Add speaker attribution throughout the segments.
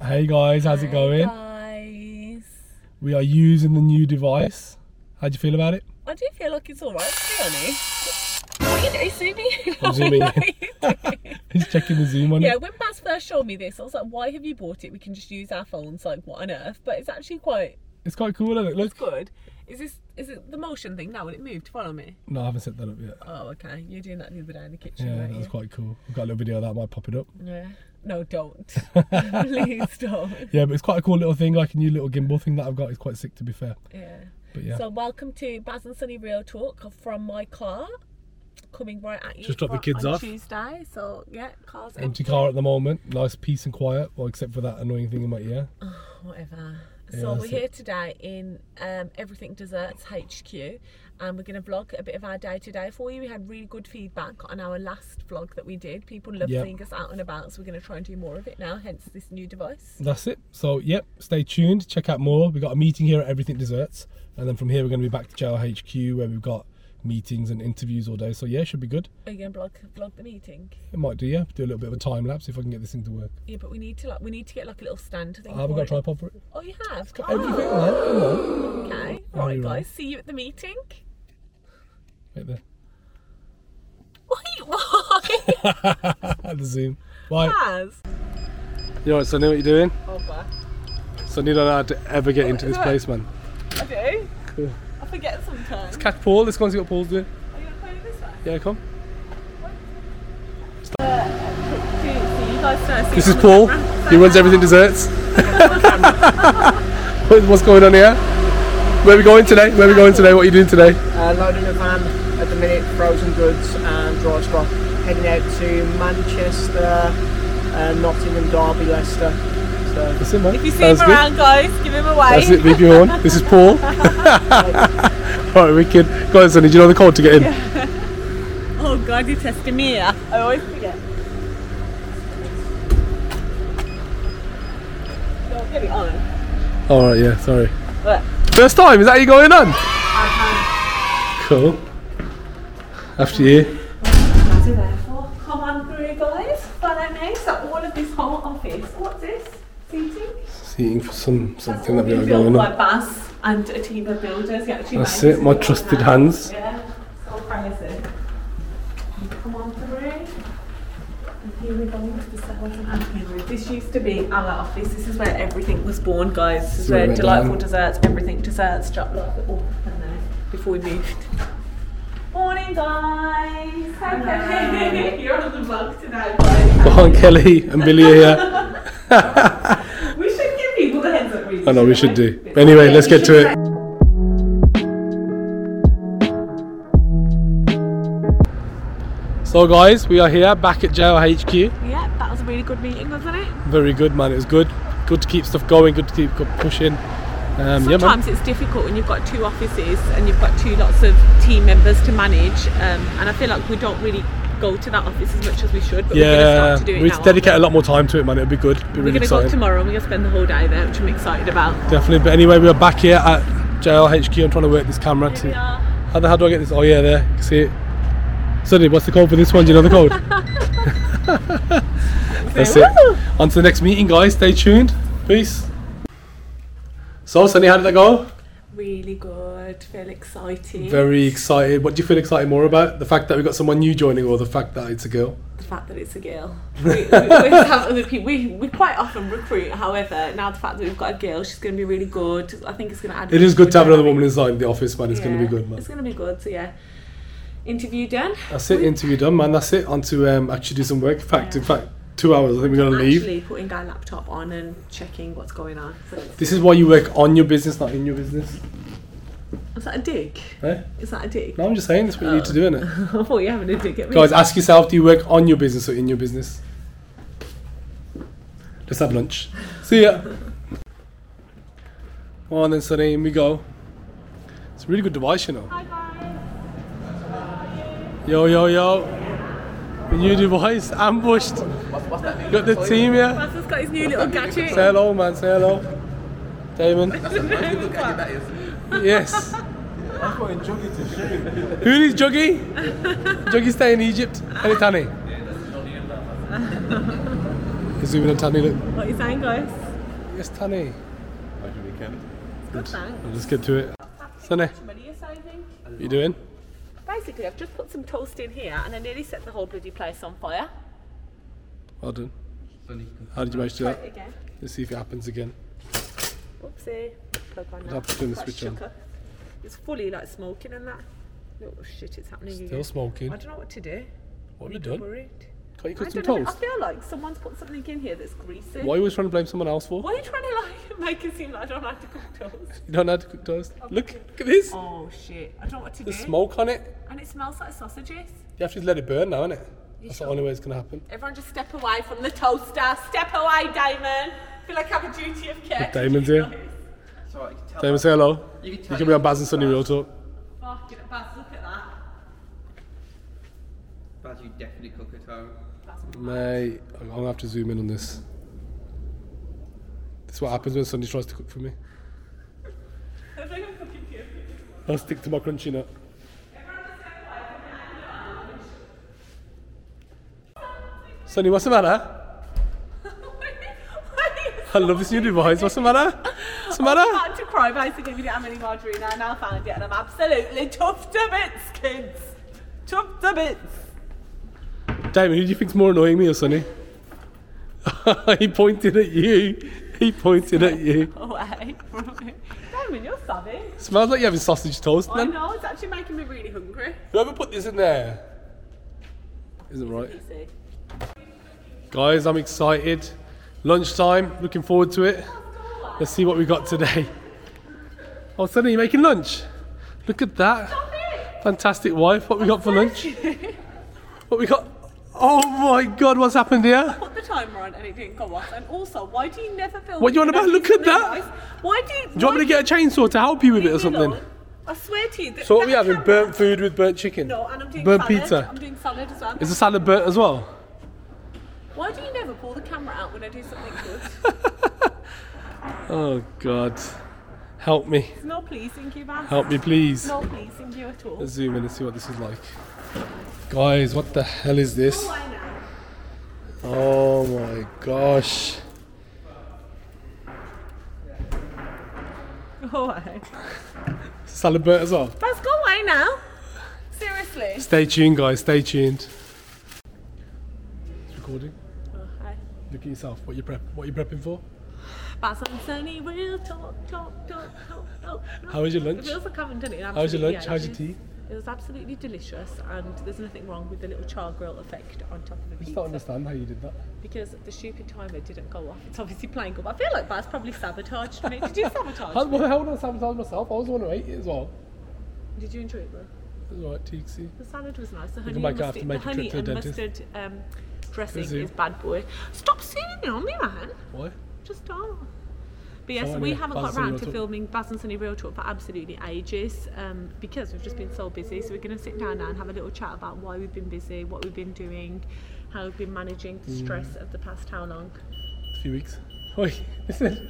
Speaker 1: guys, how's it going?
Speaker 2: Guys.
Speaker 1: We are using the new device. How do you feel about it?
Speaker 2: I do feel like it's alright, to be honest. What are you doing, Sumi?
Speaker 1: I'm zooming in.
Speaker 2: What are you doing?
Speaker 1: He's checking the zoom on
Speaker 2: yeah,
Speaker 1: it.
Speaker 2: when Baz first showed me this, I was like, why have you bought it? We can just use our phones, like, what on earth? But it's actually quite
Speaker 1: It's quite cool, isn't it? Look.
Speaker 2: it's good. Is this is it the motion thing now? Will it move to follow me?
Speaker 1: No, I haven't set that up yet.
Speaker 2: Oh, okay. You're doing that the other day in the kitchen,
Speaker 1: Yeah,
Speaker 2: weren't
Speaker 1: that was
Speaker 2: you?
Speaker 1: quite cool. I've got a little video of that. I might pop it up.
Speaker 2: Yeah. No, don't. Please don't.
Speaker 1: Yeah, but it's quite a cool little thing. Like a new little gimbal thing that I've got. It's quite sick, to be fair.
Speaker 2: Yeah.
Speaker 1: But yeah,
Speaker 2: So welcome to Baz and Sunny Real Talk from my car, coming right at you.
Speaker 1: Just drop the
Speaker 2: fri-
Speaker 1: kids
Speaker 2: on
Speaker 1: off.
Speaker 2: Tuesday. So yeah, cars
Speaker 1: empty
Speaker 2: empty.
Speaker 1: car at the moment. Nice peace and quiet. Well, except for that annoying thing in my ear.
Speaker 2: Whatever.
Speaker 1: Yeah,
Speaker 2: So
Speaker 1: that's
Speaker 2: we're here today in um, Everything Desserts HQ, and we're going to vlog a bit of our day today for you. We had really good feedback on our last vlog that we did. People loved
Speaker 1: Yep.
Speaker 2: seeing us out and about, so we're going to try and do more of it now. Hence this new device.
Speaker 1: That's it. So yep, stay tuned. Check out more. We have got a meeting here at Everything Desserts, and then from here we're going to be back to JL HQ where we've got meetings and interviews all day. So yeah, should be good.
Speaker 2: Are you going to vlog vlog the meeting?
Speaker 1: It might do. Yeah, do a little bit of a time lapse if I can get this thing to work.
Speaker 2: Yeah, but we need to like we need to get like a little stand thing.
Speaker 1: I haven't
Speaker 2: for
Speaker 1: got a
Speaker 2: it.
Speaker 1: tripod for it.
Speaker 2: Oh, you have.
Speaker 1: Got
Speaker 2: Oh,
Speaker 1: everything, man. Come on.
Speaker 2: Okay.
Speaker 1: Oh,
Speaker 2: Right,
Speaker 1: you're right.
Speaker 2: guys. See you at the meeting.
Speaker 1: Right there.
Speaker 2: Wait, why?
Speaker 1: At the Zoom. Right.
Speaker 2: Baz?
Speaker 1: You alright, Sonny? What you doing?
Speaker 2: Over.
Speaker 1: Sonny don't know how to ever get into this
Speaker 2: Alright.
Speaker 1: place, man.
Speaker 2: I do.
Speaker 1: Cool.
Speaker 2: I forget sometimes.
Speaker 1: Catch Paul. This one's got Paul's doing.
Speaker 2: Are you going to play with this one?
Speaker 1: Yeah, come.
Speaker 2: See, see, you guys don't see
Speaker 1: This is
Speaker 2: on
Speaker 1: Paul.
Speaker 2: camera.
Speaker 1: He runs everything desserts. What- What's going on here? Where are we going today? Where are we going today? What are you doing today?
Speaker 3: Uh, loading a van at the minute, frozen goods and dry stock. Heading out to Manchester, uh, Nottingham, Derby, Leicester. So
Speaker 1: That's it, man.
Speaker 2: If you see
Speaker 1: Sounds
Speaker 2: him
Speaker 1: good.
Speaker 2: around, eh? guys, give him a wave.
Speaker 1: That's it, leave you on. This is Paul. Alright, wicked. Go on, Sonny. Do you know the code to get in?
Speaker 2: Oh God, you're testing me. Yeah? I always forget. Don't get it on.
Speaker 1: Alright, yeah, sorry.
Speaker 2: Look.
Speaker 1: First time, is that you going on? Cool. After you.
Speaker 2: Therefore, come on through, guys. Follow me. So all of this whole office. What's this? Seating.
Speaker 1: Seeing for some
Speaker 2: That's
Speaker 1: something
Speaker 2: all
Speaker 1: that we
Speaker 2: been
Speaker 1: are
Speaker 2: built
Speaker 1: going
Speaker 2: by
Speaker 1: on.
Speaker 2: Baz and a team of builders. He actually
Speaker 1: That's
Speaker 2: made
Speaker 1: it, my
Speaker 2: this
Speaker 1: trusted
Speaker 2: all.
Speaker 1: hands.
Speaker 2: Yeah, so crazy. Come on through. And Here we go into the cells and admin room. This used to be our office. This is where everything was born, guys. This
Speaker 1: This
Speaker 2: is
Speaker 1: is where it
Speaker 2: where
Speaker 1: went
Speaker 2: delightful
Speaker 1: down.
Speaker 2: desserts, everything desserts, drop like the oh, and there before we moved. Morning, guys. Hello. You're on the vlog today, guys.
Speaker 1: Go on, Kelly and Billy are here.
Speaker 2: We should give people the heads up. Really,
Speaker 1: I know we should
Speaker 2: shouldn't
Speaker 1: do. Anyway, let's get to it. So guys, we are here back at JLHQ.
Speaker 2: Yeah, that was a really good meeting, wasn't it?
Speaker 1: Very good, man. It was good. Good to keep stuff going. Good to keep go- pushing. Um, yeah, man.
Speaker 2: Sometimes it's difficult when you've got two offices and you've got two lots of team members to manage, um, and I feel like we don't really go to that office as much as we should. But we're going to
Speaker 1: Yeah,
Speaker 2: start to do it
Speaker 1: we
Speaker 2: now.
Speaker 1: should dedicate a lot more time to it, man. It'll be good. It'll be
Speaker 2: We're
Speaker 1: really
Speaker 2: going to go
Speaker 1: exciting.
Speaker 2: tomorrow and we're going to spend the whole day there, which I'm excited about.
Speaker 1: Definitely. But anyway, we are back here at JLHQ. I'm trying to work this camera
Speaker 2: We
Speaker 1: to.
Speaker 2: are.
Speaker 1: How the hell do I get this? Oh yeah, there. You can see it. Sonny, what's the code for this one? Do you know the code? That's it. On to the next meeting, guys. Stay tuned. Peace. So, Sunny, how did that go?
Speaker 2: Really good. Feel excited.
Speaker 1: Very excited. What do you feel excited more about? The fact that we got someone new joining, or the fact that it's a girl?
Speaker 2: the fact that it's a girl. We, we, always have other people. we, we quite often recruit, however, now the fact that we've got a girl, she's going to be really good. I think it's going to add.
Speaker 1: It is good to have another
Speaker 2: dynamic.
Speaker 1: woman inside the office, man. It's going to be
Speaker 2: Yeah,
Speaker 1: good, man.
Speaker 2: It's going to be good. So yeah, interview done.
Speaker 1: That's it. Interview done, man. That's it. On to um, actually do some work. In fact, in fact, two hours. I think we're going to leave.
Speaker 2: Actually, putting our laptop on and checking what's going on. So it's-
Speaker 1: This is why you work on your business, not in your business.
Speaker 2: is that a dig?
Speaker 1: Eh?
Speaker 2: Is that a dig?
Speaker 1: No, I'm just saying. That's what you need to do, innit?
Speaker 2: I thought you were having a dig at me.
Speaker 1: Guys, ask yourself: Do you work on your business or in your business? Let's have lunch. See ya. Come on then, Sunny, in we go. It's a really good device, you know.
Speaker 2: Hi guys.
Speaker 1: Yo, yo, yo. The new device, ambushed. Got the team here.
Speaker 2: Baz has got his new little gadget.
Speaker 1: Say hello, man. Say hello. Damon. Yes. Who needs Juggy? Juggy stay in Egypt. And it's Tanny. Zoom in on Tanny, look.
Speaker 2: What are you saying, guys?
Speaker 1: it's Tani.
Speaker 4: Like a weekend.
Speaker 2: Good, thanks.
Speaker 1: Let's get to it. Sunny,
Speaker 2: How much money you're saving?
Speaker 1: you doing?
Speaker 2: Basically, I've just put some toast in here and I nearly set the whole bloody place on fire.
Speaker 1: Well done. How did you manage to do
Speaker 2: Try it
Speaker 1: that?
Speaker 2: again.
Speaker 1: Let's see if it happens again.
Speaker 2: Whoopsie. Plug on now.
Speaker 1: have to turn the
Speaker 2: Quite
Speaker 1: switch on.
Speaker 2: shook up. It's fully like smoking and that. Oh shit, it's happening
Speaker 1: Still
Speaker 2: again.
Speaker 1: smoking.
Speaker 2: I don't know what to do.
Speaker 1: What have you
Speaker 2: I'm
Speaker 1: done?
Speaker 2: worried.
Speaker 1: Can't you
Speaker 2: I
Speaker 1: cook some
Speaker 2: don't know,
Speaker 1: toast?
Speaker 2: I feel like someone's put something in here that's greasy.
Speaker 1: What are you always trying to blame someone else for?
Speaker 2: Why are you trying to like make it seem like I don't like to cook toast?
Speaker 1: You don't know how to cook toast. Look, look at this.
Speaker 2: Oh shit, I don't know what to
Speaker 1: There's
Speaker 2: do.
Speaker 1: smoke on it.
Speaker 2: And it smells like sausages.
Speaker 1: You have to just let it burn now, innit? That's
Speaker 2: sure?
Speaker 1: the only way it's going to happen.
Speaker 2: Everyone just step away from the toaster. Step away, Damon. I feel like I have a duty of care.
Speaker 1: But
Speaker 2: to
Speaker 1: Damon's
Speaker 2: you
Speaker 1: here.
Speaker 2: guys.
Speaker 5: Sorry, you can tell.
Speaker 1: Damon, say hello.
Speaker 5: You
Speaker 1: You
Speaker 5: can tell
Speaker 1: can be on
Speaker 5: you-
Speaker 1: Baz and Sunny Real Talk.
Speaker 2: Fucking Baz, look at that.
Speaker 5: Baz, you definitely cook at home.
Speaker 1: Mate, I'm going to have to zoom in on this. This is what happens when Sunny tries to cook for me.
Speaker 2: I think I'm cooking here.
Speaker 1: I'll stick to my crunchy nut. Sonny, what's the matter? I love this new device. What's the matter? What's the
Speaker 2: I'm
Speaker 1: matter?
Speaker 2: about to cry basically with how many margarine I now found it and I'm absolutely chuffed to bits, kids. Chuffed to bits.
Speaker 1: Damon, who do you think's more annoying, me or Sonny? he pointed at you. He pointed at you.
Speaker 2: Away. Damon, you're savvy.
Speaker 1: Smells like you're having sausage toast,
Speaker 2: I
Speaker 1: man.
Speaker 2: know, it's actually making me really hungry.
Speaker 1: Whoever put this in there isn't right.
Speaker 2: You see.
Speaker 1: Guys, I'm excited. Lunchtime, looking forward to it. Let's see what we got today. Oh, Sonny, you making lunch? Look at that. Fantastic wife. What we got for lunch? What we got? Oh my god, what's happened here?
Speaker 2: Put the timer on and it didn't go off. And also, why do you never film?
Speaker 1: What you on
Speaker 2: when
Speaker 1: about?
Speaker 2: I do
Speaker 1: Look at
Speaker 2: something
Speaker 1: that.
Speaker 2: nice? Why do you?
Speaker 1: Do you want me to get a chainsaw to help you with it or something?
Speaker 2: I swear to you. That,
Speaker 1: So, what are we
Speaker 2: that
Speaker 1: having?
Speaker 2: camera-
Speaker 1: Burnt food with burnt chicken?
Speaker 2: No, and I'm doing
Speaker 1: burnt
Speaker 2: salad.
Speaker 1: pizza.
Speaker 2: I'm doing salad as well.
Speaker 1: Is the salad burnt as well?
Speaker 2: Why do you never pull the camera out when I do something good?
Speaker 1: Oh god. Help me.
Speaker 2: It's not pleasing you, man.
Speaker 1: Help me, please.
Speaker 2: It's not pleasing you at all.
Speaker 1: Let's zoom in and see what this is like. Guys, what the hell is this?
Speaker 2: Why now?
Speaker 1: Oh my gosh.
Speaker 2: Go away.
Speaker 1: Salad burnt as well.
Speaker 2: Baz, go away now. Seriously.
Speaker 1: Stay tuned, guys. Stay tuned. It's recording.
Speaker 2: Okay.
Speaker 1: Look at yourself. What you prep? What you prepping for?
Speaker 2: Baz and Sunny will talk, talk, talk, talk, talk. talk.
Speaker 1: How was your lunch?
Speaker 2: It feels like I haven't done it in
Speaker 1: How was your
Speaker 2: absolutely
Speaker 1: lunch? How's your
Speaker 2: ages.
Speaker 1: tea?
Speaker 2: It was absolutely delicious, and there's nothing wrong with the little char grill effect on top of the
Speaker 1: I just don't
Speaker 2: pizza
Speaker 1: understand how you did that.
Speaker 2: because the stupid timer didn't go off. It's obviously playing up. I feel like that's probably sabotaged me. Did you
Speaker 1: How,
Speaker 2: sabotage? me?
Speaker 1: well, how would I sabotage myself? I was the one who ate it as well.
Speaker 2: Did you enjoy it though?
Speaker 1: It was alright, Tixie.
Speaker 2: The salad was nice. The honey,
Speaker 1: might
Speaker 2: and
Speaker 1: have to
Speaker 2: mustard, the
Speaker 1: make a
Speaker 2: honey
Speaker 1: trip to
Speaker 2: and
Speaker 1: the
Speaker 2: mustard um, dressing
Speaker 1: Is it?
Speaker 2: is bad boy. Stop singing on me, man.
Speaker 1: What?
Speaker 2: Just don't. But yes,
Speaker 1: So
Speaker 2: we
Speaker 1: anyway, Baz
Speaker 2: haven't got
Speaker 1: and Sunny
Speaker 2: round
Speaker 1: Real
Speaker 2: to
Speaker 1: Talk.
Speaker 2: filming Baz and Sunny Real Talk for absolutely ages um, because we've just been so busy. So we're going to sit down now and have a little chat about why we've been busy, what we've been doing, how we've been managing
Speaker 1: Mm.
Speaker 2: the stress of the past how long.
Speaker 1: A few weeks. Oi, listen.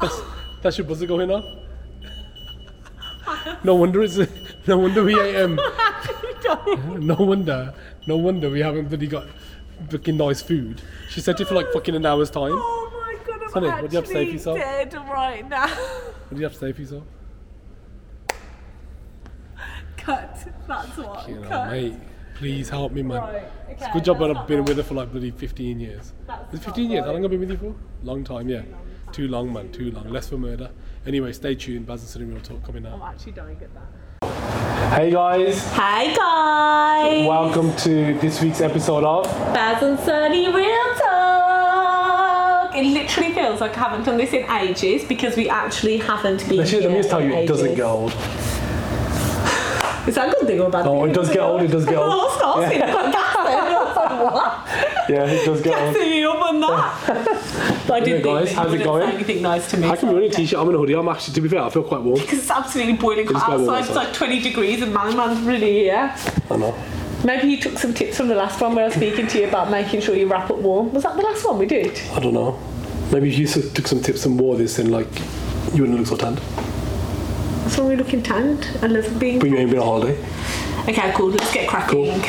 Speaker 1: That's, that's your buzzer going off. No wonder it's. No wonder we ate um, No wonder. No wonder we haven't really got fucking nice food. She said it for like fucking an hour's time. What
Speaker 2: Oh my god, I'm
Speaker 1: Sunny,
Speaker 2: actually
Speaker 1: what do you have to say for yourself?
Speaker 2: dead right now.
Speaker 1: do you have to say for yourself?
Speaker 2: Cut. That's what.
Speaker 1: You know,
Speaker 2: Cut.
Speaker 1: mate, please help me, man.
Speaker 2: Right,
Speaker 1: It's a
Speaker 2: okay,
Speaker 1: good job
Speaker 2: that's
Speaker 1: that I've
Speaker 2: not
Speaker 1: been
Speaker 2: right.
Speaker 1: with her for like bloody 15 years.
Speaker 2: That's
Speaker 1: Is it
Speaker 2: not
Speaker 1: 15 years? How
Speaker 2: right.
Speaker 1: long have I been with you for? Long time, yeah. Too long, man. Too long. Less for murder. Anyway, stay tuned. Baz and Sunny Real Talk coming
Speaker 2: I'm
Speaker 1: out.
Speaker 2: actually dying at that.
Speaker 1: Hey guys,
Speaker 2: Hi guys!
Speaker 1: welcome to this week's episode of.
Speaker 2: Baz and Sunny Real Talk! It literally feels like I haven't done this in ages because we actually haven't been.
Speaker 1: Actually,
Speaker 2: here
Speaker 1: let me just tell
Speaker 2: in
Speaker 1: you, it doesn't
Speaker 2: ages.
Speaker 1: get old.
Speaker 2: Is that a good thing or a bad thing?
Speaker 1: No, it does get old, it does get old.
Speaker 2: Well, that's what I was thinking, I got that, and I was like, what?
Speaker 1: Yeah, it does get old.
Speaker 2: Gassing you up on that. But I didn't
Speaker 1: Yeah, guys,
Speaker 2: think that you
Speaker 1: how's it
Speaker 2: wouldn't
Speaker 1: going?
Speaker 2: say anything nice to me.
Speaker 1: I can be wearing a t-shirt. I'm in a hoodie. I'm actually, to be fair, I feel quite warm.
Speaker 2: Because it's absolutely boiling hot
Speaker 1: just go
Speaker 2: outside.
Speaker 1: outside.
Speaker 2: It's like 20 degrees and my man's really here.
Speaker 1: I know.
Speaker 2: Maybe you took some tips from the last one where I was speaking to you about making sure you wrap up warm. Was that the last one we did?
Speaker 1: I don't know. Maybe if you s- took some tips and wore this, then like you wouldn't look so tanned.
Speaker 2: That's when we looking tanned and little being.
Speaker 1: But you ain't been on holiday.
Speaker 2: Okay, cool. Let's get cracking.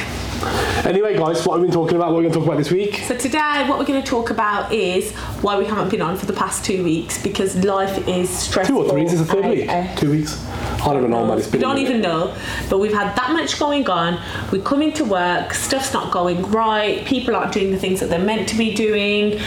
Speaker 1: Anyway, guys, what have we been talking about? What we're going to talk about this week?
Speaker 2: So today, what we're going to talk about is why we haven't been on for the past two weeks because life is stressful.
Speaker 1: Two or three? Is this the third
Speaker 2: AF.
Speaker 1: week? Two weeks? I don't even know, man. It's
Speaker 2: We
Speaker 1: been a
Speaker 2: don't
Speaker 1: minute.
Speaker 2: even know, but we've had that much going on. We come into work, stuff's not going right, people aren't doing the things that they're meant to be doing,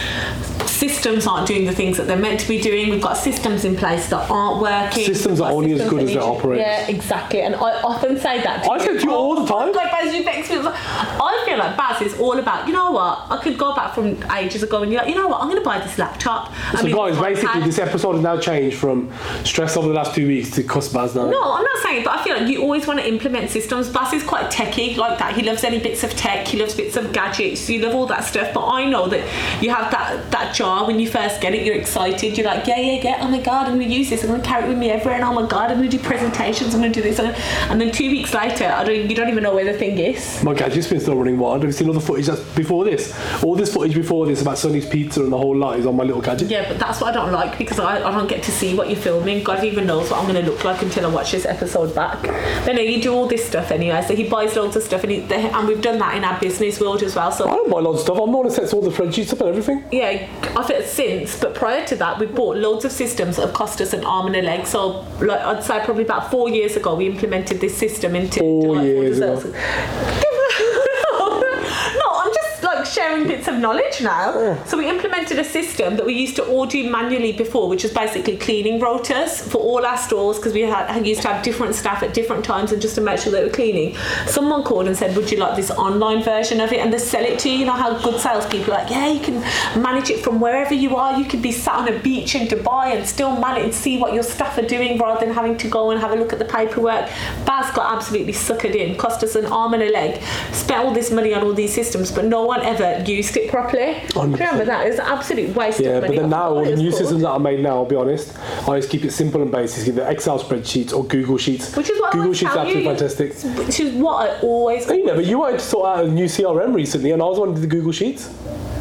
Speaker 2: systems aren't doing the things that they're meant to be doing. We've got systems in place that aren't working.
Speaker 1: Systems are
Speaker 2: We've got
Speaker 1: only as
Speaker 2: systems
Speaker 1: good
Speaker 2: that
Speaker 1: as they
Speaker 2: need-
Speaker 1: operate.
Speaker 2: Yeah, exactly. And I often say that to
Speaker 1: I said to you all the time.
Speaker 2: like Baz, you next me. I feel like Baz is all about. You know what? I could go back from ages ago and you're like, you know what? I'm going to buy this laptop. I
Speaker 1: So,
Speaker 2: mean,
Speaker 1: guys,
Speaker 2: this
Speaker 1: basically,
Speaker 2: iPad.
Speaker 1: this episode has now changed from stress over the last two weeks to cuss bars now.
Speaker 2: No, I'm not saying, but I feel like you always want to implement systems. Baz is quite techie like that. He loves any bits of tech. He loves bits of gadgets. You love all that stuff. But I know that you have that that jar when you first get it. You're excited. You're like, yeah, yeah, yeah. Oh my god, I'm gonna use this. I'm gonna carry it with me everywhere. And oh my god, I'm gonna do presentations. I'm gonna do this. And then two weeks later, I don't. You don't even know where the thing is.
Speaker 1: My gadget's been still running wild. Have you seen all the footage that's before this? All this footage before this about Sonny's pizza and the whole lot is on my little gadget.
Speaker 2: Yeah, but that's what I don't like because I, I don't get to see what you're filming. God even knows what I'm going to look like until I watch this episode back. But no, you do all this stuff anyway. So he buys loads of stuff, and, he, and we've done that in our business world as well.
Speaker 1: I
Speaker 2: So
Speaker 1: don't buy loads of stuff. I'm the one that sets all the spreadsheets up and everything.
Speaker 2: yeah, I've it since, but prior to that, we bought loads of systems that have cost us an arm and a leg. So like, I'd say probably about four years ago, we implemented this system into
Speaker 1: Four
Speaker 2: into, like,
Speaker 1: years ago.
Speaker 2: desserts. No, I'm just like sharing bits of knowledge now. So we implemented a system that we used to all do manually before, which was basically cleaning rotas for all our stores because we had, had used to have different staff at different times and just to make sure they were cleaning. Someone called and said, "Would you like this online version of it?" And they sell it to you. You know how good salespeople are like, yeah, you can manage it from wherever you are. You could be sat on a beach in Dubai and still manage and see what your staff are doing rather than having to go and have a look at the paperwork. Baz got absolutely suckered in, cost us an arm and a leg, spent all this money on all these systems, but no one ever used it properly. Do you
Speaker 1: 100%.
Speaker 2: remember that? It was an absolute waste
Speaker 1: Yeah,
Speaker 2: of
Speaker 1: but
Speaker 2: money.
Speaker 1: then
Speaker 2: I forgot
Speaker 1: now all
Speaker 2: what it
Speaker 1: the
Speaker 2: was
Speaker 1: new
Speaker 2: called.
Speaker 1: systems that I made now, I'll be honest, I just keep it simple and basic. Either Excel spreadsheets or Google Sheets.
Speaker 2: Which is what I
Speaker 1: Google
Speaker 2: always
Speaker 1: Sheets are
Speaker 2: tell
Speaker 1: absolutely
Speaker 2: you.
Speaker 1: fantastic.
Speaker 2: Which is what I always.
Speaker 1: You know, but you wanted to sort out a new CRM recently, and I was one of the Google Sheets.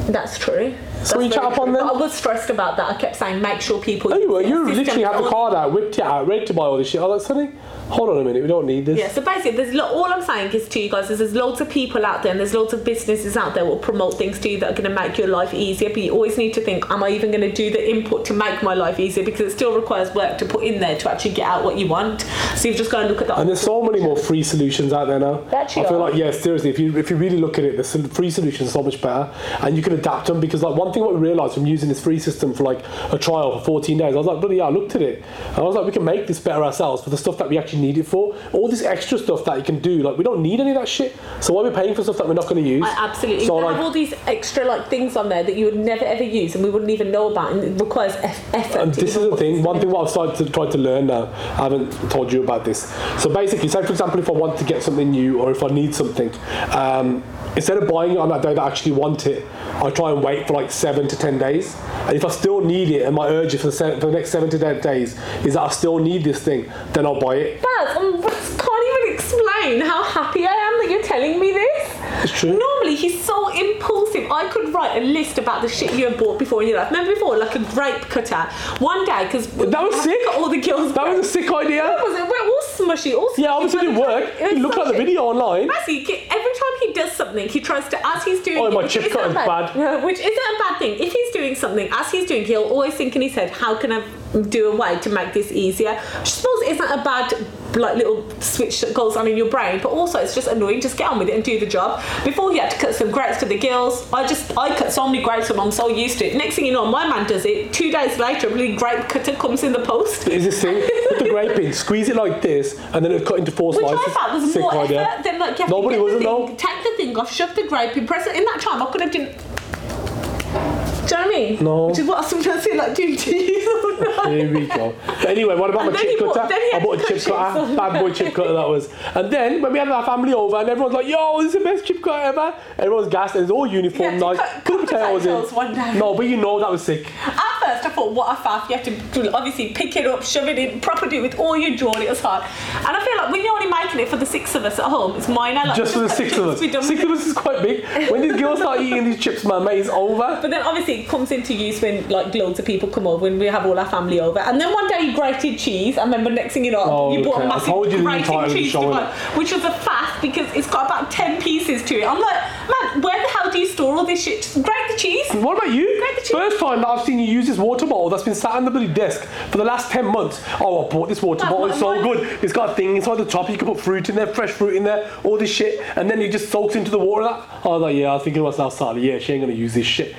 Speaker 2: That's true. That's
Speaker 1: you
Speaker 2: very
Speaker 1: chat up on
Speaker 2: true.
Speaker 1: them?
Speaker 2: I was stressed about that. I kept saying, make sure people.
Speaker 1: Oh, you were.
Speaker 2: use
Speaker 1: You
Speaker 2: the system
Speaker 1: literally had the
Speaker 2: on-
Speaker 1: card out, whipped it out, ready to buy all this shit. I was like, Sonny, hold on a minute, we don't need this.
Speaker 2: Yeah, so basically, there's lo- all I'm saying is to you guys is there's loads of people out there and there's loads of businesses out there that will promote things to you that are going to make your life easier. But you always need to think, am I even going to do the input to make my life easier? Because it still requires work to put in there to actually get out what you want. So you've just got to look at that.
Speaker 1: And there's so many more free solutions out there now.
Speaker 2: There actually
Speaker 1: I feel
Speaker 2: are.
Speaker 1: like yeah, seriously, if you if you really look at it, the sol- free solutions are so much better, and you can adapt them because like one thing what we realised from using this free system for like a trial for 14 days, I was like bloody yeah, I looked at it, and I was like we can make this better ourselves for the stuff that we actually need it for. All this extra stuff that you can do, like we don't need any of that shit. So why are we paying for stuff that we're not going to use?
Speaker 2: I absolutely.
Speaker 1: So
Speaker 2: they have
Speaker 1: like,
Speaker 2: all these extra like things on there that you would never ever use and we wouldn't even know about, and it requires eff- effort.
Speaker 1: And
Speaker 2: to
Speaker 1: this
Speaker 2: even
Speaker 1: is the
Speaker 2: put
Speaker 1: thing.
Speaker 2: this
Speaker 1: One
Speaker 2: in.
Speaker 1: thing what I've started to try to learn now. I haven't told you about this. So basically, say for example, if I want to get something new or if I need something, um, instead of buying it on that day that I actually want it, I try and wait for like seven to ten days. And if I still need it, and my urge for the, se- for the next seven to ten days is that I still need this thing, then I'll buy it.
Speaker 2: Baz, I can't even explain how happy I am that you're telling me this.
Speaker 1: It's true.
Speaker 2: Normally, he's so impulsive. I could write a list about the shit you have bought before in your life. Remember before, like a grape cutter. One day, because
Speaker 1: That was sick.
Speaker 2: All the girls.
Speaker 1: That was a sick idea.
Speaker 2: Was it? We're all smushy. All
Speaker 1: Yeah, obviously it didn't work. It looked like the video online.
Speaker 2: Basically, every time he does something, he tries to, as he's doing
Speaker 1: Oh,
Speaker 2: it,
Speaker 1: my
Speaker 2: which
Speaker 1: chip
Speaker 2: isn't
Speaker 1: cut
Speaker 2: a
Speaker 1: is bad.
Speaker 2: no, which isn't a bad thing. If he's doing something, as he's doing, he'll always think in his head, how can I do a way to make this easier? Which I suppose isn't a bad like little switch that goes on in your brain, but also it's just annoying. Just get on with it and do the job. Before he had to cut some grapes for the girls, I just I cut so many grapes for them, I'm so used to it. Next thing you know, my man does it. Two days later, a really grape cutter comes in the post.
Speaker 1: Is this thing? Put the grape in, squeeze it like this, and then it cut into four
Speaker 2: Which
Speaker 1: slices.
Speaker 2: I felt was
Speaker 1: Sick
Speaker 2: more
Speaker 1: idea.
Speaker 2: effort than like you have
Speaker 1: Nobody
Speaker 2: to get
Speaker 1: wasn't
Speaker 2: the
Speaker 1: though.
Speaker 2: thing, take the thing off, shove the grape, in, press it. In that time, I could have done. Do you know what I mean?
Speaker 1: No.
Speaker 2: Which is what I sometimes feel like doing to you.
Speaker 1: Here we go. But anyway, what about
Speaker 2: And
Speaker 1: my
Speaker 2: then
Speaker 1: chip
Speaker 2: he bought-
Speaker 1: cutter?
Speaker 2: then he
Speaker 1: I
Speaker 2: had
Speaker 1: bought a
Speaker 2: to
Speaker 1: chip
Speaker 2: cut
Speaker 1: cutter,
Speaker 2: chips.
Speaker 1: bad boy chip cutter that was. And then when we had our family over and everyone's like, yo, this is the best chip cutter ever. Everyone's gassed, it's all uniform,
Speaker 2: Yeah, to
Speaker 1: nice.
Speaker 2: cut-
Speaker 1: Put
Speaker 2: cut potatoes one day.
Speaker 1: No, but you know that was sick.
Speaker 2: At first, I thought, what a faff. You have to do- obviously pick it up, shove it in, proper do it with all your jaw. It was hard. And I feel like when you're only making making it for the six of us at home. It's mine. I like
Speaker 1: Just for the six of us.
Speaker 2: We're done
Speaker 1: Six
Speaker 2: with
Speaker 1: of
Speaker 2: it.
Speaker 1: us is quite big. When these girls start eating these chips, man, mate, it's over.
Speaker 2: But then obviously it comes into use when like loads of people come over when we have all our family over. And then one day you grated cheese. I remember next thing you know,
Speaker 1: Oh,
Speaker 2: you bought
Speaker 1: okay.
Speaker 2: a
Speaker 1: I
Speaker 2: massive
Speaker 1: told you the entire
Speaker 2: grated cheese to
Speaker 1: show,
Speaker 2: buy, which was a faff because it's got about ten pieces to it. I'm like, man, where the hell do you store all this shit? Just grate the cheese.
Speaker 1: What about you?
Speaker 2: Grab the chip.
Speaker 1: First time that I've seen you use this water bottle that's been sat on the bloody desk for the last 10 months. Oh, I bought this water
Speaker 2: That's
Speaker 1: bottle,
Speaker 2: what
Speaker 1: it's
Speaker 2: I
Speaker 1: so
Speaker 2: want.
Speaker 1: good. It's got a thing inside the top, you can put fruit in there, fresh fruit in there, all this shit, and then it just soaks into the water. and That. I was like, yeah, I was thinking to myself, Sally, yeah, she ain't gonna use this shit.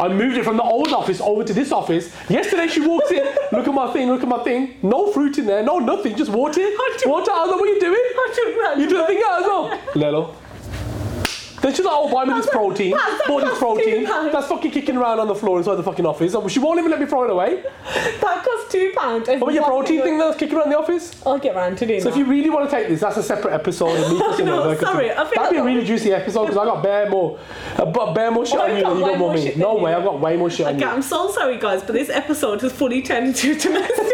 Speaker 1: I moved it from the old office over to this office. Yesterday she walks in, look at my thing, look at my thing. No fruit in there, no nothing, just water.
Speaker 2: do-
Speaker 1: Water, I was like, what are you doing? You do the thing out as well. Lelo. Then she's like, oh, buy me this protein.
Speaker 2: That's- that's
Speaker 1: Buy this
Speaker 2: cost
Speaker 1: protein.
Speaker 2: two pounds.
Speaker 1: That's fucking kicking around on the floor inside the fucking office. Oh, She won't even let me throw it away.
Speaker 2: That costs two pounds.
Speaker 1: What about your protein thing that's kicking around the office?
Speaker 2: I'll get round to doing
Speaker 1: So if
Speaker 2: that.
Speaker 1: you really want to take this, that's a separate episode. Of me
Speaker 2: Oh,
Speaker 1: cooking
Speaker 2: no,
Speaker 1: and her cooking.
Speaker 2: sorry, I think
Speaker 1: That'd be
Speaker 2: I
Speaker 1: a
Speaker 2: got-
Speaker 1: really juicy episode because I got bare more, uh, but bare more shit
Speaker 2: Oh,
Speaker 1: on
Speaker 2: you
Speaker 1: you than
Speaker 2: got
Speaker 1: you
Speaker 2: way
Speaker 1: got more
Speaker 2: more
Speaker 1: me.
Speaker 2: shit than
Speaker 1: No
Speaker 2: you.
Speaker 1: way, I've got way more shit on
Speaker 2: Okay,
Speaker 1: you.
Speaker 2: I'm so sorry, guys, but this episode has fully turned into domestic.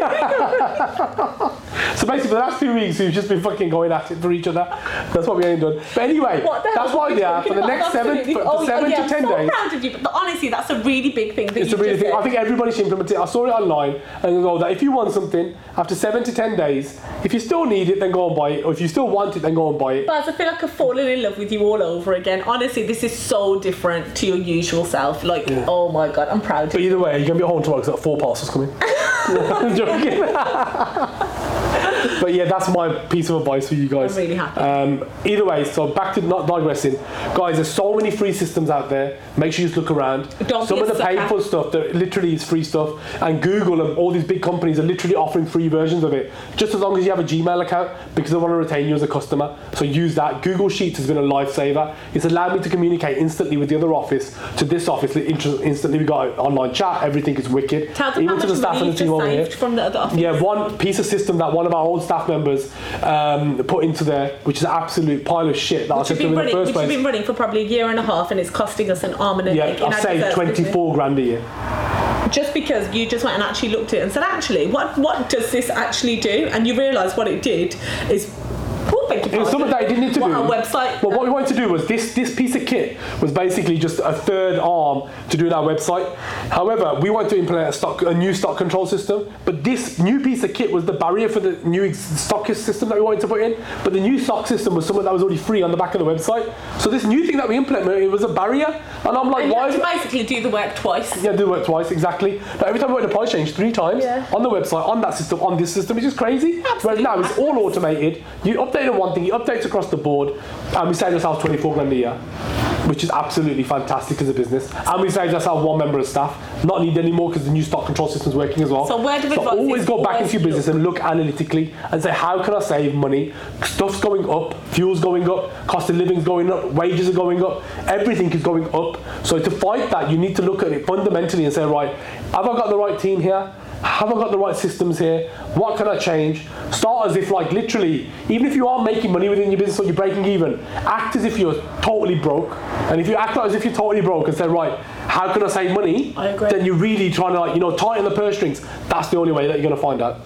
Speaker 1: So basically, for the last few weeks, we've just been fucking going at it for each other. That's what we ain't done. But anyway,
Speaker 2: What the hell
Speaker 1: that's
Speaker 2: are
Speaker 1: why
Speaker 2: we
Speaker 1: they are
Speaker 2: talking
Speaker 1: uh, for the
Speaker 2: about?
Speaker 1: next seven,
Speaker 2: Absolutely.
Speaker 1: for,
Speaker 2: Oh,
Speaker 1: for seven
Speaker 2: yeah,
Speaker 1: to ten
Speaker 2: I'm so
Speaker 1: days.
Speaker 2: proud of you, but honestly, that's a really big thing that
Speaker 1: It's
Speaker 2: you
Speaker 1: a really
Speaker 2: just
Speaker 1: thing.
Speaker 2: said.
Speaker 1: I think everybody should implement it. I saw it online and go that if you want something after seven to ten days, if you still need it, then go and buy it. Or if you still want it, then go and buy it.
Speaker 2: Baz, I feel like I've fallen in love with you all over again. Honestly, this is so different to your usual self. Like, oh my god, I'm proud of
Speaker 1: But
Speaker 2: you.
Speaker 1: either way, you're gonna be at home tomorrow because four parcels coming. I'm joking. but yeah, that's my piece of advice for you guys.
Speaker 2: I'm really happy.
Speaker 1: Um, either way, so back to not digressing, guys. There's so many free systems out there. Make sure you just look around.
Speaker 2: Don't be
Speaker 1: Some
Speaker 2: a
Speaker 1: of the
Speaker 2: sucker.
Speaker 1: painful stuff that literally is free stuff, and Google and all these big companies are literally offering free versions of it. Just as long as you have a Gmail account, because they want to retain you as a customer. So use that. Google Sheets has been a lifesaver. It's allowed me to communicate instantly with the other office to this office. Inter- Instantly, we got online chat. Everything is wicked.
Speaker 2: Tell them how much money you've just saved from the other office.
Speaker 1: Yeah, one piece of system that one of our old staff members um, put into there, which is an absolute pile of shit that I
Speaker 2: Which
Speaker 1: said
Speaker 2: we've
Speaker 1: to him
Speaker 2: been
Speaker 1: in the
Speaker 2: running,
Speaker 1: first
Speaker 2: which we've
Speaker 1: place.
Speaker 2: been running for probably a year and a half, and it's costing us an arm and an
Speaker 1: Yeah,
Speaker 2: egg. in
Speaker 1: I've
Speaker 2: our
Speaker 1: saved
Speaker 2: desserts, isn't it?
Speaker 1: 24 grand a year.
Speaker 2: Just because you just went and actually looked at it and said, actually, what what does this actually do? And you realise what it did is. Oh, beg your
Speaker 1: It was
Speaker 2: pardon.
Speaker 1: something that I didn't need to
Speaker 2: What
Speaker 1: do.
Speaker 2: Our website.
Speaker 1: Well, what we wanted to do was this, this piece of kit was basically just a third arm to doing our website. However, we wanted to implement a, stock, a new stock control system, but this new piece of kit was the barrier for the new ex- stock system that we wanted to put in. But the new stock system was something that was already free on the back of the website. So this new thing that we implemented it was a barrier, and I'm like,
Speaker 2: and you
Speaker 1: why?
Speaker 2: had to basically do the work twice.
Speaker 1: Yeah, do work twice, exactly. Like every time we went to price change three times
Speaker 2: Yeah.
Speaker 1: on the website, on that system, on this system, it's just crazy. Whereas
Speaker 2: Absolutely
Speaker 1: now it's all automated. You update on one thing, it updates across the board, and we saved ourselves 24 grand a year, which is absolutely fantastic as a business. And we saved ourselves one member of staff, not need any more because the new stock control system's working as well.
Speaker 2: So word of
Speaker 1: So
Speaker 2: advice
Speaker 1: always
Speaker 2: is
Speaker 1: go back
Speaker 2: always
Speaker 1: into your business and look analytically and say, how can I save money? Stuff's going up, fuel's going up, cost of living's going up, wages are going up, everything is going up. So to fight that, you need to look at it fundamentally and say, right, have I got the right team here? Have I got the right systems here? What can I change? Start as if, like, literally, even if you are making money within your business or you're breaking even, act as if you're totally broke. And if you act as if you're totally broke and say, right, how can I save money?
Speaker 2: I agree.
Speaker 1: Then you're really trying to, like, you know, tighten the purse strings. That's the only way that you're going to find out.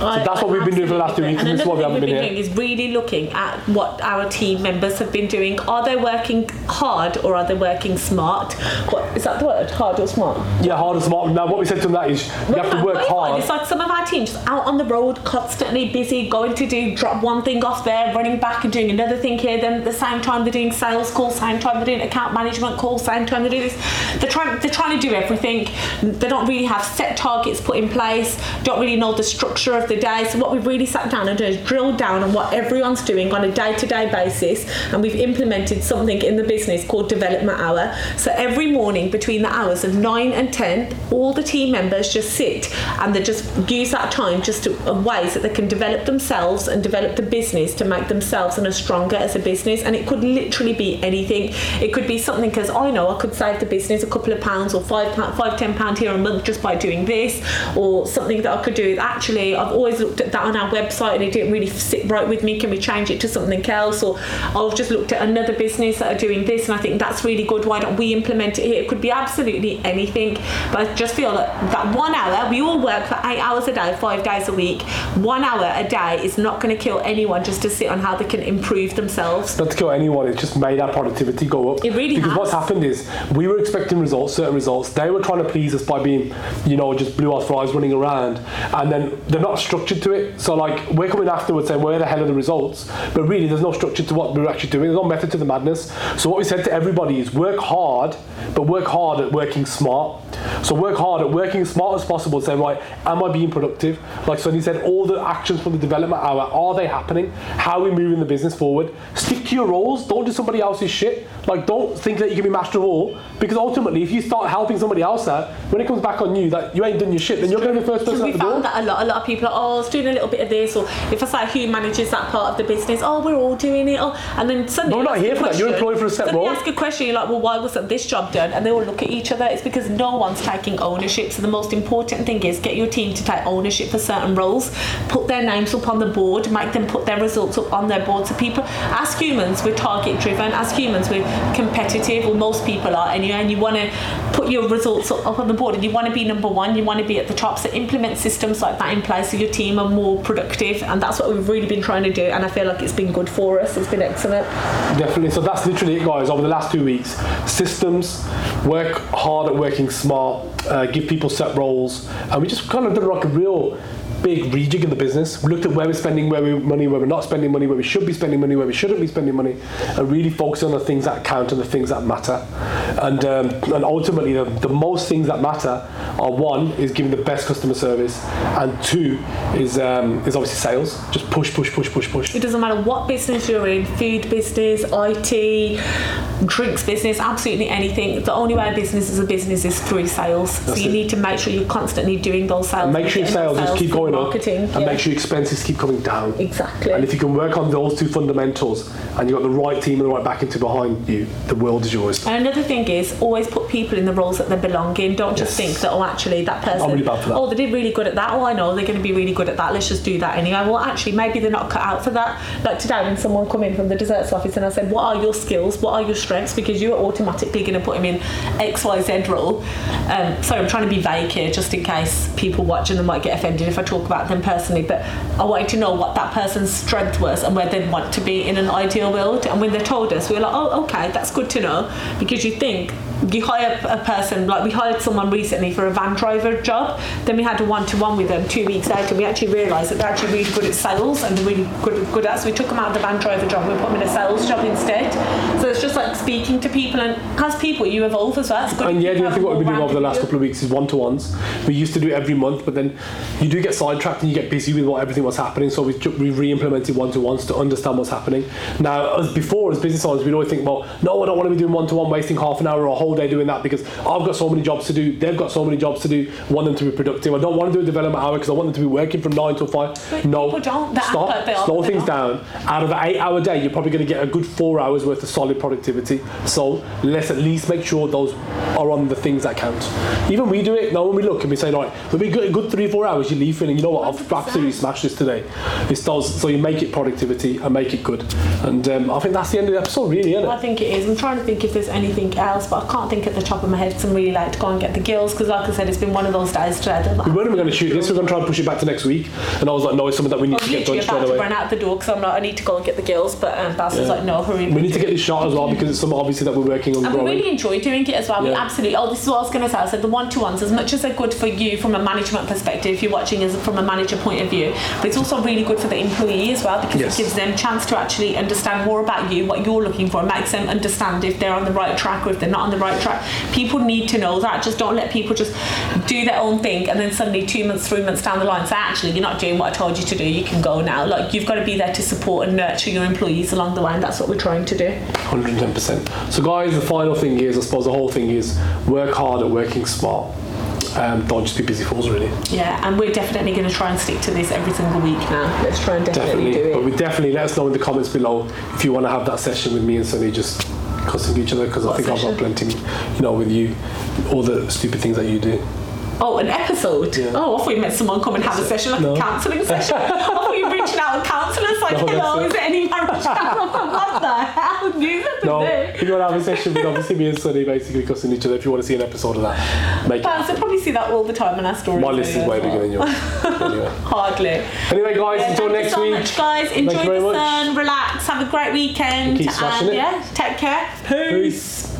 Speaker 2: I-
Speaker 1: that's what
Speaker 2: I
Speaker 1: we've been doing for the last two
Speaker 2: absolutely
Speaker 1: weeks,
Speaker 2: agree.
Speaker 1: and this is why we
Speaker 2: another
Speaker 1: haven't been
Speaker 2: thing we've been doing is really looking at what our team members have been doing. Are they working hard or are they working smart? What is that the word? Hard or smart?
Speaker 1: Yeah, hard and smart. Now, what we said to them that is, you have to
Speaker 2: What
Speaker 1: work
Speaker 2: I find
Speaker 1: hard.
Speaker 2: It's like some of our team just out on the road, constantly busy, going to do drop one thing off there, running back and doing another thing here. Then at the same time they're doing sales calls, same time they're doing account management calls, same time they do this. They're trying they're trying to do everything. They don't really have set targets put in place. Don't really know the structure of the day. So what we've really sat down and done is drilled down on what everyone's doing on a day-to-day basis, and we've implemented something in the business called development hour. So every morning between the hours of nine and ten, all the team members just sit and they just use that time just to, of ways that they can develop themselves and develop the business to make themselves and are stronger as a business. And it could literally be anything. It could be something because I know I could save the business a couple of pounds or five pound, five ten pound here a month just by doing this, or something that I could do. Actually, I've always looked at that on our website and it didn't really sit right with me. Can we change it to something else? Or I've just looked at another business that are doing this and I think that's really good. Why don't we implement it here? It could be absolutely anything. But I just feel that that one hour, we all work for eight hours a day, five days a week. One hour a day is not going to kill anyone just to sit on how they can improve themselves.
Speaker 1: not to kill anyone, it's just made our productivity go up.
Speaker 2: It really
Speaker 1: Because
Speaker 2: has.
Speaker 1: what's happened is we were expecting results, certain results. They were trying to please us by being, you know, just blue eyed flies running around. And then they're not structured to it. So, like, we're coming afterwards saying, where the hell are the results? But really, there's no structure to what we're actually doing. There's no method to the madness. So, what we said to everybody is work hard, but work hard at working smart. So, work hard at working as smart as possible and say, right, am I being productive? Like Sonny said, all the actions from the development hour, are they happening? How are we moving the business forward? Stick to your roles. Don't do somebody else's shit. Like, don't think that you can be master of all. Because ultimately, if you start helping somebody else out, when it comes back on you, that you ain't done your shit, then you're going to be the first
Speaker 2: Because
Speaker 1: person
Speaker 2: we
Speaker 1: out the door.
Speaker 2: found that a lot. A lot of people are, oh, I was doing a little bit of this, or if I say who manages that part of the business, oh, we're all doing it, oh, and then suddenly.
Speaker 1: No, we're not here
Speaker 2: you ask a
Speaker 1: for that. You're
Speaker 2: question-
Speaker 1: employed for a set
Speaker 2: suddenly
Speaker 1: role.
Speaker 2: you ask a question, you're like, well, why wasn't this job done? And they all look at each other. It's because no one's taking ownership. So the most important thing is get your team to take ownership for certain roles, put their names up on the board, make them put their results up on their board. So people, as humans, we're target driven. As humans, we're competitive, or most people are anyway. And you want to put your results up, up on the board, and you want to be number one. You want to be at the top. So implement systems like that in place so your team are more productive. And that's what we've really been trying to do. And I feel like it's been good for us. It's been excellent.
Speaker 1: Definitely. So that's literally it, guys. Over the last two weeks, systems, work hard at working smart, uh, give people set roles, and we just kind of did like a real big rejig in the business. We looked at where we're spending where we money, where we're not spending money, where we should be spending money, where we shouldn't be spending money, and really focus on the things that count and the things that matter. And um, and ultimately, the, the most things that matter are one is giving the best customer service, and two is um, is obviously sales. Just push, push, push, push, push.
Speaker 2: It doesn't matter what business you're in food business, IT, drinks business, absolutely anything. The only way a business is a business is through sales.
Speaker 1: That's
Speaker 2: so you
Speaker 1: it.
Speaker 2: need to make sure you're constantly doing those sales.
Speaker 1: And make sure your
Speaker 2: getting those
Speaker 1: sales just keep
Speaker 2: through
Speaker 1: going
Speaker 2: marketing.
Speaker 1: up and
Speaker 2: yeah.
Speaker 1: make sure your expenses keep coming down.
Speaker 2: Exactly.
Speaker 1: And if you can work on those two fundamentals and you've got the right team and the right backing to behind you, the world is yours.
Speaker 2: And another thing is always put people in the roles that they belong in. Don't just
Speaker 1: Yes.
Speaker 2: think that oh actually that person
Speaker 1: really bad for that.
Speaker 2: oh they did really good at that. Oh I know they're going to be really good at that. Let's just do that anyway. Well actually maybe they're not cut out for that. Like today when someone come in from the desserts office and I said what are your skills? What are your strengths? Because you are automatically going to put him in X Y Z role. Um, sorry I'm trying to be vague here just in case people watching them might get offended if I talk about them personally. But I wanted to know what that person's strength was and where they'd want to be in an ideal world. And when they told us we were like oh okay that's good to know because you think you hire a person like we hired someone recently for a van driver job then we had a one-to-one with them two weeks later we actually realised that they're actually really good at sales and they're really good, good at so we took them out of the van driver job we put them in a sales job instead so it's just like speaking to people and as people you evolve as well it's good
Speaker 1: And yeah, the other thing what we've been doing over the last
Speaker 2: of
Speaker 1: couple of weeks is one to ones. We used to do it every month, but then you do get sidetracked and you get busy with what everything was happening. So we we re-implemented one to ones to understand what's happening. Now, as before, as business owners, we'd always think, well, no, I don't want to be doing one to one, wasting half an hour or a whole day doing that because I've got so many jobs to do. They've got so many jobs to do. I want them to be productive. I don't want to do a development hour because I want them to be working from nine till five.
Speaker 2: But
Speaker 1: no,
Speaker 2: people don't. They act
Speaker 1: stop.
Speaker 2: like they are,
Speaker 1: slow
Speaker 2: but they're
Speaker 1: things
Speaker 2: not.
Speaker 1: down. Out of an eight-hour day, you're probably going to get a good four hours worth of solid productivity. So let's at least make sure those are on the things that count. Even we do it now when we look and we say, right, it'll be good, good three, four hours. You leave feeling, you know what, I've
Speaker 2: 100%.
Speaker 1: absolutely smashed this today. It's those, so you make it productivity and make it good. And um, I think that's the end of the episode, really, isn't
Speaker 2: I
Speaker 1: it?
Speaker 2: think it is. I'm trying to think if there's anything else, but I can't think at the top of my head. So I'm really like to go and get the gills because, like I said, it's been one of those days today. that
Speaker 1: We weren't even going to shoot this. We are going to try and push it back to next week. And I was like, no, it's something that we need
Speaker 2: I
Speaker 1: to
Speaker 2: was
Speaker 1: get done
Speaker 2: Oh, literally
Speaker 1: straight
Speaker 2: about to
Speaker 1: away.
Speaker 2: run out the door because I'm like, I need to go and get the girls, but um, Baz was
Speaker 1: Yeah.
Speaker 2: like, no, hurry.
Speaker 1: We need to get this shot as well because it's something obviously that we're working on
Speaker 2: and
Speaker 1: growing.
Speaker 2: we really enjoy doing it as well. We
Speaker 1: Yeah.
Speaker 2: absolutely. Oh, this is what I was going to say. I said the one-to-ones, as much as they're good for you from a management perspective, if you're watching as from a manager point of view, but it's also really good for the employee as well because
Speaker 1: Yes.
Speaker 2: it gives them a chance to actually understand more about you, what you're looking for, and makes them understand if they're on the right track or if they're not on the right track. People need to know that. Just don't let people just do their own thing and then suddenly two months, three months down the line say, actually, you're not doing what I told you to do. You can go now. Like you've got to be there to support and nurture your employees along the way, and that's what we're trying to do.
Speaker 1: 110%. So, guys, the final thing is, I suppose the whole thing is work hard at working smart. Um, don't just be busy fools, really.
Speaker 2: Yeah, and we're definitely going to try and stick to this every single week now. Let's try and definitely,
Speaker 1: Definitely. But
Speaker 2: do it.
Speaker 1: we definitely let us know in the comments below if you want to have that session with me and Sunny just cussing each other because I
Speaker 2: What
Speaker 1: think I've
Speaker 2: session?
Speaker 1: got plenty, you know, with you, all the stupid things that you do.
Speaker 2: Oh, an episode. Oh, I thought you meant someone come and have a session, like
Speaker 1: No.
Speaker 2: a counselling session. I thought you were reaching out to counsellors, like,
Speaker 1: No, that's
Speaker 2: hello,
Speaker 1: it.
Speaker 2: is there any marriage counselling? What the hell? You never
Speaker 1: No,
Speaker 2: know.
Speaker 1: if you want to have a session with obviously me and Sunny basically cussing each other, if you want to see an episode of that, make it.
Speaker 2: Fans, I probably see that all the time in our stories.
Speaker 1: My list is
Speaker 2: anyway.
Speaker 1: way bigger than yours. anyway.
Speaker 2: Hardly.
Speaker 1: anyway, guys,
Speaker 2: Yeah,
Speaker 1: until
Speaker 2: thank you
Speaker 1: next
Speaker 2: so
Speaker 1: week.
Speaker 2: much, guys. Enjoy
Speaker 1: very
Speaker 2: the
Speaker 1: much.
Speaker 2: sun, relax, have a great weekend,
Speaker 1: Keep smashing
Speaker 2: and
Speaker 1: it.
Speaker 2: yeah, take care.
Speaker 1: Peace.